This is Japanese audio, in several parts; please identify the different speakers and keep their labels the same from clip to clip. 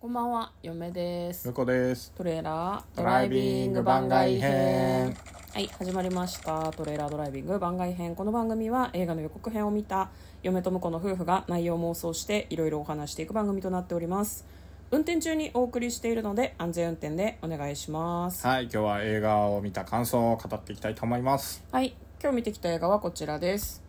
Speaker 1: こんばんは、嫁です
Speaker 2: 向。こうです
Speaker 1: トレーラード
Speaker 2: ドライビング番外編。
Speaker 1: はい、始まりました。トレーラードライビング番外編。この番組は映画の予告編を見た嫁と婿の夫婦が内容を妄想していろいろお話していく番組となっております。運転中にお送りしているので安全運転でお願いします。
Speaker 2: はい今日は映画を見た感想を語っていきたいと思います
Speaker 1: はい、今日見てきた映画はこちらです。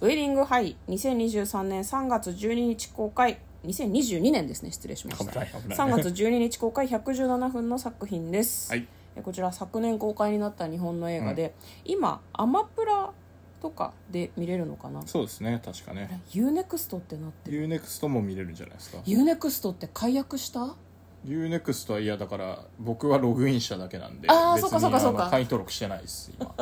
Speaker 1: ウェディングハイ、2023年3月12日公開。2022年ですね、失礼しました。
Speaker 2: 危ない危ない
Speaker 1: 3月12日公開117分の作品です、
Speaker 2: はい
Speaker 1: えこちら昨年公開になった日本の映画で、今アマプラとかで見れるのかな
Speaker 2: そうですね確かね
Speaker 1: UNEXT ってなってる
Speaker 2: UNEXT も見れるんじゃないですか
Speaker 1: UNEXT って解約した
Speaker 2: UNEXT はいやだから僕はログインしただけなんで
Speaker 1: あー
Speaker 2: 別に
Speaker 1: そうかそうかそうか
Speaker 2: あの会員登録してないです今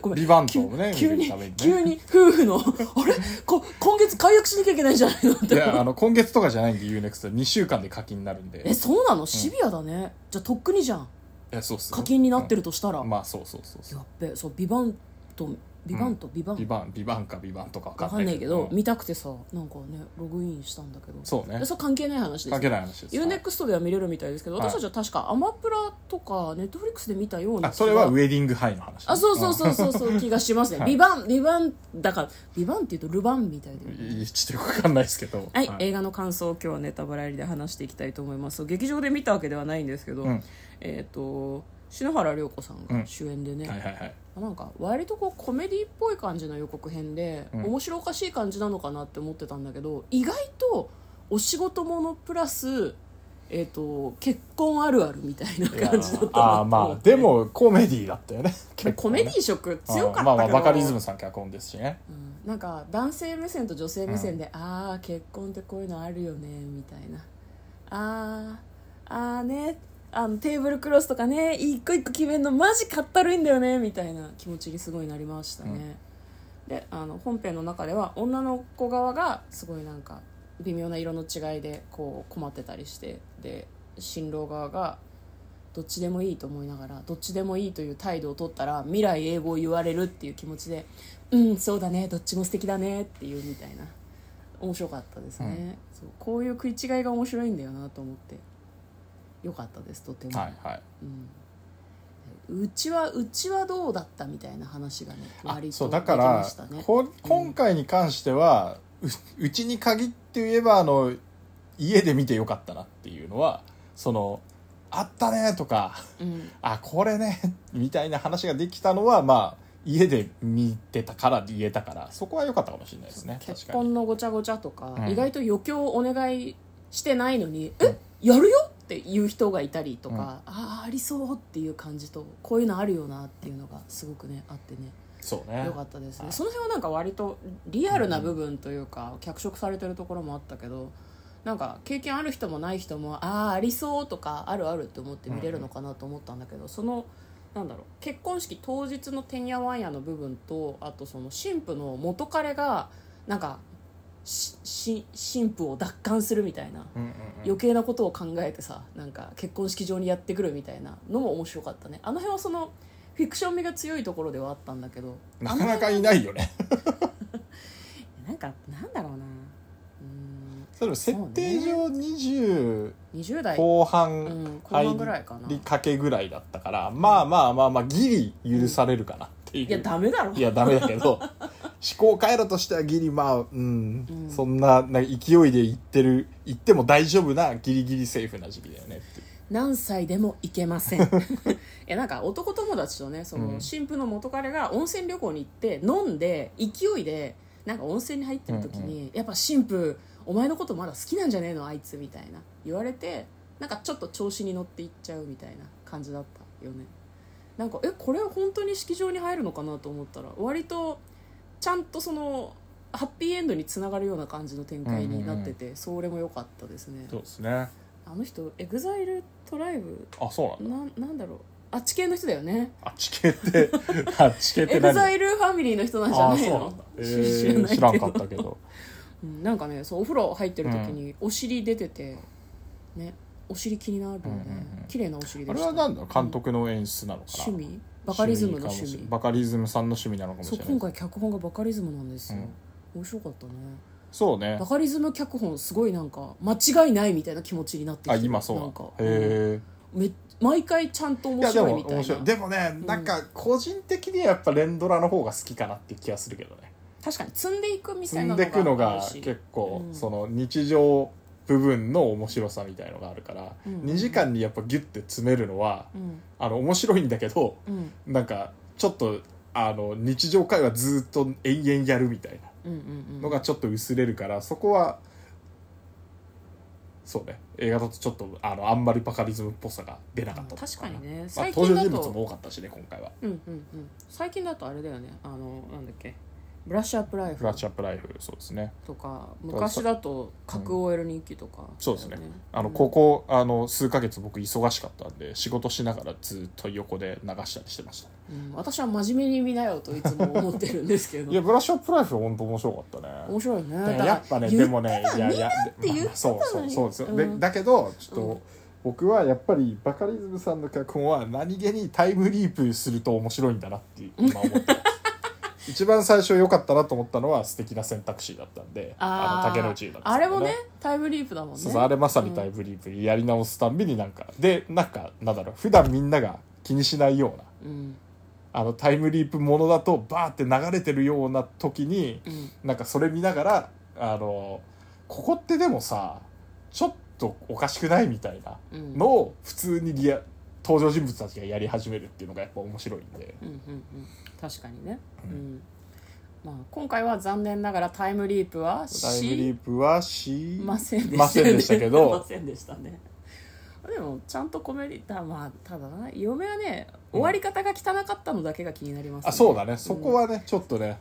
Speaker 1: ごめん
Speaker 2: リバウンドをね
Speaker 1: 急
Speaker 2: 見
Speaker 1: に
Speaker 2: るためにね
Speaker 1: 急に夫婦 のあれこ今月解約しなきゃいけないんじゃないのっ
Speaker 2: い
Speaker 1: て
Speaker 2: やあの今月とかじゃないんで UNEXT は2週間で課金になるんで
Speaker 1: えそうなのシビアだね、じゃあとっくにじゃん
Speaker 2: いやそうっすよ
Speaker 1: 課金になってるとしたら、
Speaker 2: うんまあそうそうそうそう
Speaker 1: やっべそうビバンとビバンとビバン、
Speaker 2: ビバンビバンかビバンとかわ
Speaker 1: わ
Speaker 2: か
Speaker 1: かん
Speaker 2: んな
Speaker 1: ないいけど、
Speaker 2: うん
Speaker 1: 見たくてさなんかねログインしたんだけど
Speaker 2: そうね
Speaker 1: えそれ関係ない話です
Speaker 2: 関係ない話です
Speaker 1: ユーネクストでは見れるみたいですけど、
Speaker 2: はい
Speaker 1: 私たちは確かアマプラとかネットフリックスで見たような気が
Speaker 2: あそれはウェディングハイの話ね
Speaker 1: あそうそうそうそうそう気がしますね、
Speaker 2: はい
Speaker 1: ビバンビバンだからビバンっていうとルバンみたいで、
Speaker 2: いいちょっとよくわかんないですけど
Speaker 1: はい、映画の感想を今日はネタバラ入りで話していきたいと思います劇場で見たわけではないんですけど、
Speaker 2: うん
Speaker 1: えっ、と篠原涼子さん
Speaker 2: う
Speaker 1: が
Speaker 2: ん
Speaker 1: 主演でね、
Speaker 2: はいはいはい
Speaker 1: なんか割とこうコメディっぽい感じの予告編で、
Speaker 2: うん
Speaker 1: 面白おかしい感じなのかなって思ってたんだけど意外とお仕事ものプラス、えー、と結婚あるあるみたいない
Speaker 2: や
Speaker 1: 感じだった
Speaker 2: あ
Speaker 1: なと
Speaker 2: ーま
Speaker 1: 思
Speaker 2: あ
Speaker 1: って
Speaker 2: でもコメディだったよね
Speaker 1: でもコメディ
Speaker 2: 結
Speaker 1: 色
Speaker 2: 構ね
Speaker 1: 強かったけど、
Speaker 2: うんまあまあバカリズムさん脚本ですしね
Speaker 1: うんなんか男性目線と女性目線で、ああ結婚ってこういうのあるよねみたいなあーあーねあのテーブルクロスとかね一個一個決めるのマジかったるいんだよねみたいな気持ちにすごいなりましたね、であの本編の中では女の子側がすごいなんか微妙な色の違いでこう困ってたりしてで新郎側がどっちでもいいと思いながらどっちでもいいという態度を取ったら未来英語を言われるっていう気持ちでうんそうだねどっちも素敵だねっていうみたいな面白かったですね、
Speaker 2: うん
Speaker 1: そうこういう食い違いが面白いんだよなと思ってよかったですとても、
Speaker 2: はいはい
Speaker 1: うん、うちはうちはどうだったみたいな話がね
Speaker 2: あ
Speaker 1: 割と
Speaker 2: そう
Speaker 1: で
Speaker 2: だ
Speaker 1: き
Speaker 2: から
Speaker 1: ましたね
Speaker 2: こ今回に関してはううちに限って言えばあの家で見てよかったなっていうのはそのあったねとか
Speaker 1: うん
Speaker 2: あこれね みたいな話ができたのはまあ家で見てたから言えたからそこは良かったかもしれないですね
Speaker 1: 結
Speaker 2: 確かに
Speaker 1: 婚のごちゃごちゃとか、
Speaker 2: うん
Speaker 1: 意外と余興お願いしてないのに、えやるよっていう人がいたりとか、
Speaker 2: うん
Speaker 1: ああありそうっていう感じとこういうのあるよなっていうのがすごくねあってね
Speaker 2: そうね
Speaker 1: よかったですね
Speaker 2: はい
Speaker 1: その辺はなんか割とリアルな部分というか、脚色されてるところもあったけどなんか経験ある人もない人もああありそうとかあるあるって思って見れるのかなと思ったんだけど、そのなんだろう結婚式当日のてんやわんやの部分とあとその新婦の元彼がなんかしし新婦を奪還するみたいな
Speaker 2: うんうんうん
Speaker 1: 余計なことを考えてさなんか結婚式場にやってくるみたいなのも面白かったねあの辺はそのフィクション味が強いところではあったんだけど
Speaker 2: なかなかいないよね
Speaker 1: なんかなんだろうな
Speaker 2: それ設定上20
Speaker 1: うーん20代
Speaker 2: 後
Speaker 1: う
Speaker 2: 半
Speaker 1: ん後半ぐらいかな
Speaker 2: 入りかけぐらいだったから、まあまあまあまあギリ許されるかなっていう、
Speaker 1: いやダメだろ
Speaker 2: いやダメだけど思考回路としてはギリまあうん、
Speaker 1: うん
Speaker 2: そんななんか勢いでいってるいっても大丈夫なギリギリセーフな時期だよねっていう
Speaker 1: 何歳でも行けません いやなんか男友達とねその、
Speaker 2: うん
Speaker 1: 新婦の元彼が温泉旅行に行って飲んで勢いでなんか温泉に入ってる時に、やっぱ新婦お前のことまだ好きなんじゃねえのあいつみたいな言われてなんかちょっと調子に乗っていっちゃうみたいな感じだったよねなんかえこれ本当に式場に入るのかなと思ったら割とちゃんとそのハッピーエンドにつながるような感じの展開になってて、それも良かったですね
Speaker 2: うですね
Speaker 1: あの人エグザイルトライブ
Speaker 2: あそうなんだ
Speaker 1: なんなんだろうあっち系の人だよね
Speaker 2: あっち系って あっち系っ
Speaker 1: エ
Speaker 2: て
Speaker 1: グ
Speaker 2: 何
Speaker 1: ザイルファミリーの人なんじゃ
Speaker 2: あ
Speaker 1: な
Speaker 2: ー
Speaker 1: い
Speaker 2: そうなん
Speaker 1: の
Speaker 2: だ、えー、知らんかったけど
Speaker 1: うんなんかねそうお風呂入ってる時にお尻出てて、ねお尻気になるよね、
Speaker 2: うんうんうん
Speaker 1: 綺麗なお尻で
Speaker 2: あ
Speaker 1: し
Speaker 2: れ
Speaker 1: た
Speaker 2: は何だろう監督の演出なのかな
Speaker 1: 趣味バカリズムの趣
Speaker 2: かもし
Speaker 1: 味
Speaker 2: れないバカリズムさんの趣味なのかもし
Speaker 1: そ
Speaker 2: れ
Speaker 1: う
Speaker 2: ない
Speaker 1: 今回脚本がバカリズムなんですよ、
Speaker 2: うん
Speaker 1: 面白かったね
Speaker 2: そうね
Speaker 1: バカリズム脚本すごいなんか間違いないみたいな気持ちになってきて
Speaker 2: あ
Speaker 1: る
Speaker 2: 今そう
Speaker 1: な
Speaker 2: なん
Speaker 1: ん
Speaker 2: だ
Speaker 1: か
Speaker 2: へえ
Speaker 1: め毎回ちゃんと
Speaker 2: い
Speaker 1: 面
Speaker 2: やで
Speaker 1: 白い
Speaker 2: も
Speaker 1: みたいな
Speaker 2: 面白いでもねなんか個人的にはやっぱ連ドラの方が好きかなって気がするけどね
Speaker 1: 確かに積んでいくみた
Speaker 2: 積
Speaker 1: い
Speaker 2: ん
Speaker 1: な
Speaker 2: でくの
Speaker 1: あ
Speaker 2: が
Speaker 1: るし
Speaker 2: 結構
Speaker 1: うん
Speaker 2: その日常部分の面白さみたいのがあるから
Speaker 1: うん
Speaker 2: 2時間にやっぱギュッて詰めるのは
Speaker 1: うん
Speaker 2: あの面白いんだけど
Speaker 1: うん
Speaker 2: なんかちょっとあの日常会話ずっと延々やるみたい
Speaker 1: うんうんう
Speaker 2: なんのがちょっと薄れるからそこはそうね映画だとちょっとあのあんまりバカリズムっぽさが出なかったとこ
Speaker 1: 確かにね
Speaker 2: まあ、
Speaker 1: 最
Speaker 2: 登
Speaker 1: 近
Speaker 2: 場
Speaker 1: だ
Speaker 2: 人物
Speaker 1: と
Speaker 2: も多かったしね今回は
Speaker 1: うんうんうん最近だとあれだよねあのなんだっけブラッシュアップライ
Speaker 2: フ
Speaker 1: フ
Speaker 2: ラッシュアップライフそうですね
Speaker 1: とか昔だと格 OL 人気とかだよ、
Speaker 2: そうですねあの
Speaker 1: うん
Speaker 2: ここあの数ヶ月僕忙しかったんで仕事しながらずっと横で流したりしてました
Speaker 1: うん私は真面目に見なよといつも思ってるんですけ
Speaker 2: いや
Speaker 1: ど
Speaker 2: ブラッシュアップライフ本当面白かったね
Speaker 1: 面白いね
Speaker 2: だからやっぱねでもねいやいや
Speaker 1: て言ってたのに
Speaker 2: まあそうそうそうですよ、
Speaker 1: う
Speaker 2: で
Speaker 1: ん
Speaker 2: だけどちょっと、
Speaker 1: うん
Speaker 2: 僕はやっぱりバカリズムさんの脚本は何気にタイムリープすると面白いんだなって今思ってます 一番最初良かったなと思ったのは素敵な選択肢だったんで
Speaker 1: あー
Speaker 2: の竹野内だったん
Speaker 1: あ
Speaker 2: で
Speaker 1: れ
Speaker 2: すけど
Speaker 1: もねタイムリープだもんね
Speaker 2: そうそうあれまさにタイムリープやり直すたんびになんかでなんかなんだろう普段みんなが気にしないような
Speaker 1: うん
Speaker 2: あのタイムリープものだとバーって流れてるような時に
Speaker 1: うん
Speaker 2: なんかそれ見ながらあのここってでもさちょっとおかしくないみたいな
Speaker 1: うん
Speaker 2: のを普通にリア登場人物たちがやり始めるっていうのがやっぱ面白いんで
Speaker 1: うんうんうん確かにね、
Speaker 2: う
Speaker 1: うんんまあ、今回は残念ながらタイムリープはし
Speaker 2: タイムリープはし
Speaker 1: ませんでした,、
Speaker 2: ませんでしたけど
Speaker 1: ませんでしたねでもちゃんとコメディだまあただな嫁はね
Speaker 2: う
Speaker 1: 終
Speaker 2: ん
Speaker 1: わり方が汚かったのだけが気になります、
Speaker 2: あそうだねそこはねちょっとね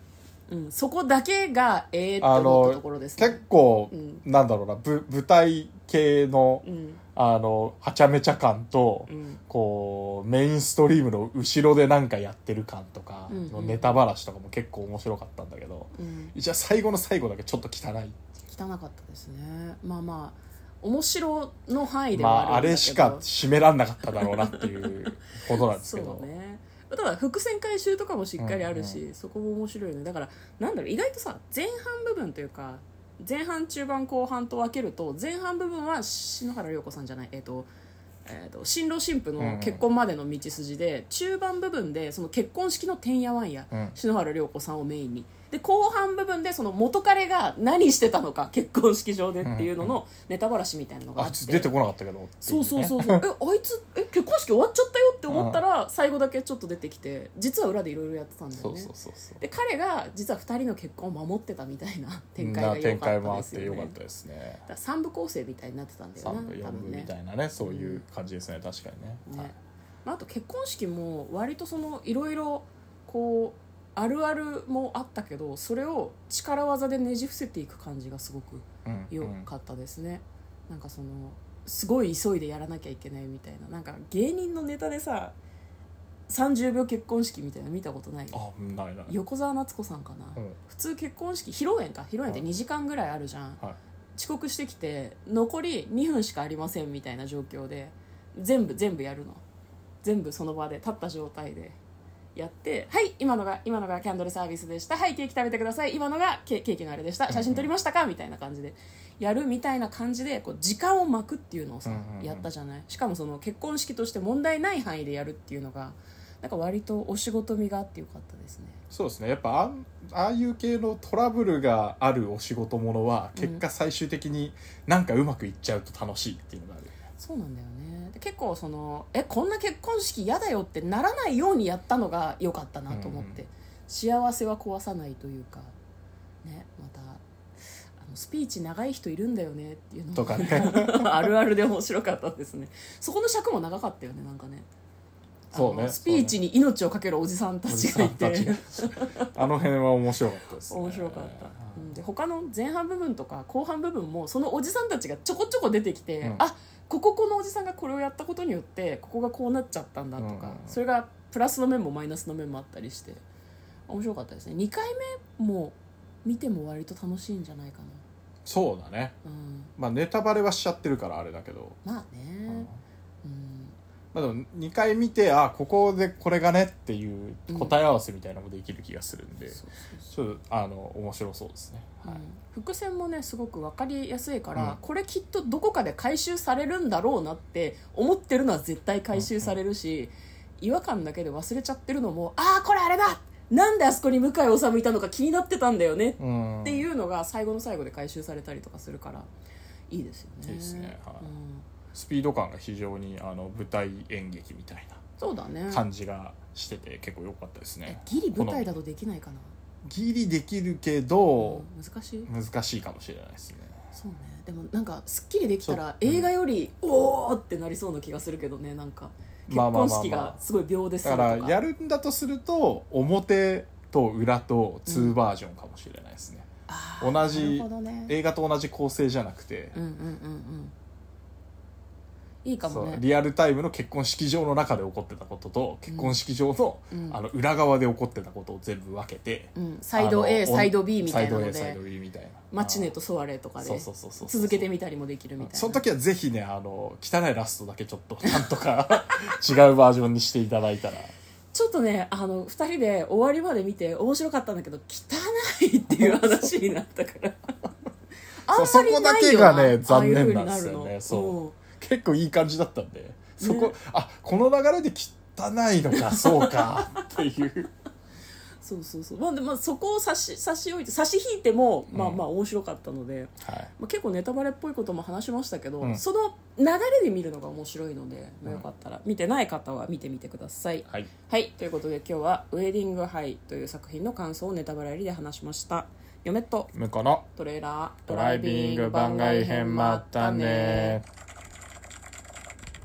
Speaker 1: うん、そこだけがええと思ったところですね
Speaker 2: 結構
Speaker 1: うん
Speaker 2: なんだろうなぶ舞台系の
Speaker 1: うん
Speaker 2: あのはちゃめちゃ感と
Speaker 1: うん
Speaker 2: こうメインストリームの後ろでなんかやってる感とか
Speaker 1: うん
Speaker 2: の
Speaker 1: うん
Speaker 2: ネタばらしとかも結構面白かったんだけど
Speaker 1: うん
Speaker 2: 一応最後の最後だけちょっと汚い
Speaker 1: 汚かったですねまあまあ面白の範囲で
Speaker 2: ま
Speaker 1: は
Speaker 2: あ
Speaker 1: あ
Speaker 2: あ
Speaker 1: るん
Speaker 2: れ
Speaker 1: だけ
Speaker 2: し
Speaker 1: ど、
Speaker 2: か締めらんなかっただろうなっていうことなんですけど
Speaker 1: そうねただ伏線回収とかもしっかりあるし、そこも面白いよねだからなんだろう意外とさ前半部分というか前半中盤後半と分けると前半部分は篠原涼子さんじゃないえっ、と,、えー、と新郎新婦の結婚までの道筋で、中盤部分でその結婚式のてんやわんや、
Speaker 2: うん
Speaker 1: 篠原涼子さんをメインにで後半部分でその元彼が何してたのか結婚式場でっていうののネタばらしみたいなのがあ
Speaker 2: あ
Speaker 1: っ
Speaker 2: ちょ
Speaker 1: て
Speaker 2: っと出てこなかったけどっていね
Speaker 1: そうそうそうそうえあいつえ結婚式終わっちゃったよって思ったら最後だけちょっと出てきて実は裏でいろいろやってたんだ
Speaker 2: そ
Speaker 1: よ
Speaker 2: う
Speaker 1: ね
Speaker 2: そうそうそう
Speaker 1: で彼が実は2人の結婚を守ってたみたいな展開が
Speaker 2: な
Speaker 1: 良
Speaker 2: 展
Speaker 1: か
Speaker 2: 開
Speaker 1: った
Speaker 2: もあ
Speaker 1: で
Speaker 2: っ
Speaker 1: す
Speaker 2: て
Speaker 1: よ
Speaker 2: よ
Speaker 1: ね
Speaker 2: かっ
Speaker 1: だ
Speaker 2: たですね
Speaker 1: から3部構成みたいになってたんだよな
Speaker 2: 3部
Speaker 1: 多
Speaker 2: 4部
Speaker 1: 分
Speaker 2: み
Speaker 1: ね
Speaker 2: たいなねそういう感じですね確かにね
Speaker 1: ね、まあ、あと結婚式も割とそのいろいろこうあるあるもあったけどそれを力技でねじ伏せていく感じがすごく
Speaker 2: はいうん
Speaker 1: 良かったですね、なんかそのすごい急いでやらなきゃいけないみたいななんか芸人のネタでさ30秒結婚式みたいなの見たことない
Speaker 2: あないない
Speaker 1: 横澤夏子さんかな、
Speaker 2: うん
Speaker 1: 普通結婚式披露宴か披露宴って2時間ぐらいあるじゃん、
Speaker 2: はい
Speaker 1: 遅刻してきて残り2分しかありませんみたいな状況で全部全部やるの全部その場で立った状態でやって「はい今のが今のがキャンドルサービスでしたはいケーキ食べてください今のがケケーキのあれでした写真撮りましたか?」みたいな感じでやるみたいな感じでこう時間を巻くっていうのをさ
Speaker 2: うんうんうん
Speaker 1: やったじゃないしかもその結婚式として問題ない範囲でやるっていうのがなんか割とお仕事味があってよかったですね
Speaker 2: そうですねやっぱあんああいう系のトラブルがあるお仕事ものは結果最終的になんかうまくいっちゃうと楽しいっていうのがある、
Speaker 1: そうなんだよねで結構そのえこんな結婚式嫌だよってならないようにやったのが良かったなと思って、
Speaker 2: うん
Speaker 1: 幸せは壊さないというかねまたあのスピーチ長い人いるんだよねっていうのも
Speaker 2: とかね
Speaker 1: あるあるで面白かったですねそこの尺も長かったよねなんかねあの
Speaker 2: そうね
Speaker 1: スピーチに命をかけるおじさんた
Speaker 2: おじ
Speaker 1: ち
Speaker 2: さ
Speaker 1: がい
Speaker 2: んた
Speaker 1: て
Speaker 2: ちが あの辺は面白かったです、ね、
Speaker 1: 面白かった、
Speaker 2: う
Speaker 1: うんん、で他の前半部分とか後半部分もそのおじさんたちがちょこちょこ出てきて、
Speaker 2: うん
Speaker 1: あこここのおじさんがこれをやったことによってここがこうなっちゃったんだとか、
Speaker 2: うんうんうん
Speaker 1: それがプラスの面もマイナスの面もあったりして面白かったですね2回目も見ても割と楽しいんじゃないか
Speaker 2: そうだね
Speaker 1: な、うん、
Speaker 2: まあネタバレはしちゃってるからあれだけど、
Speaker 1: まあ
Speaker 2: うん
Speaker 1: ね、うん
Speaker 2: まあ、でも2回見てあここでこれがねっていう答え合わせみたいなのもできる気がするんで、
Speaker 1: そうそう
Speaker 2: ちょっとあの面白そうですね、
Speaker 1: そう、
Speaker 2: はい
Speaker 1: うん伏線もねすごく分かりやすいから、
Speaker 2: うん
Speaker 1: これきっとどこかで回収されるんだろうなって思ってるのは絶対回収されるし、違和感だけで忘れちゃってるのもああこれあれだなんであそこに向井理いたのか気になってたんだよね
Speaker 2: うん、
Speaker 1: っていうのが最後の最後で回収されたりとかするからいいですよね
Speaker 2: いいですねはい
Speaker 1: うん
Speaker 2: スピード感が非常にあの舞台演劇みたい
Speaker 1: そうだね
Speaker 2: な感じがしてて結構良かったです
Speaker 1: え
Speaker 2: ね
Speaker 1: ギリ舞台だとできないかな
Speaker 2: ギリできるけど、
Speaker 1: うん難しい
Speaker 2: 難しいかもしれないですね
Speaker 1: そうねでもなんかすっきりできたら
Speaker 2: そううん
Speaker 1: 映画よりおおってなりそうな気がするけどねなんか結
Speaker 2: まあまあ
Speaker 1: 婚
Speaker 2: まあ
Speaker 1: 式
Speaker 2: まあ
Speaker 1: がすごい秒でする
Speaker 2: だ
Speaker 1: と
Speaker 2: からや
Speaker 1: か
Speaker 2: るんだとすると表と裏と2バージョンかもしれないですね、
Speaker 1: あー
Speaker 2: 同じ
Speaker 1: なるほどね
Speaker 2: 映画と同じ構成じゃなくて、
Speaker 1: うんうんうんうんいいかも
Speaker 2: そう
Speaker 1: ね
Speaker 2: リアルタイムの結婚式場の中で起こってたことと結婚式場の,、
Speaker 1: うん
Speaker 2: あの裏側で起こってたことを全部分けて、
Speaker 1: うんサイド A
Speaker 2: あの
Speaker 1: サイド B みたいなの
Speaker 2: サイド A サイ
Speaker 1: で
Speaker 2: ド B みたいな
Speaker 1: マチネとソワレとか
Speaker 2: そ
Speaker 1: で
Speaker 2: うそうそうそう
Speaker 1: 続けてみたりもできるみたいな
Speaker 2: その時はぜひねあの汚いラストだけちょっとなんとか 違うバージョンにしていただいたら
Speaker 1: ちょっとねあの2人で終わりまで見て面白かったんだけど汚いっていう話になったからあん
Speaker 2: そう
Speaker 1: まりないよ
Speaker 2: そこだけがね
Speaker 1: ああいう
Speaker 2: 残念
Speaker 1: 風
Speaker 2: な
Speaker 1: に
Speaker 2: ん
Speaker 1: な
Speaker 2: です
Speaker 1: る
Speaker 2: よ
Speaker 1: の
Speaker 2: ねそう結構いい感じだったんでそこ、
Speaker 1: ね
Speaker 2: あこの流れで汚いのかそうか っていう
Speaker 1: そうそうそうまあでもそこを差し差し置いて差し引いても、まあ
Speaker 2: うん
Speaker 1: まあ面白かったので、
Speaker 2: はい
Speaker 1: まあ、結構ネタバレっぽいことも話しましたけど、
Speaker 2: うん
Speaker 1: その流れで見るのが面白いので、まあ、よかったら見てない方は見てみてください
Speaker 2: はい
Speaker 1: はいということで今日は「ウェディング・ハイ」という作品の感想をネタバレありで話しました嫁と
Speaker 2: 向こうの
Speaker 1: トレーラード
Speaker 2: ドライビング番外編まったね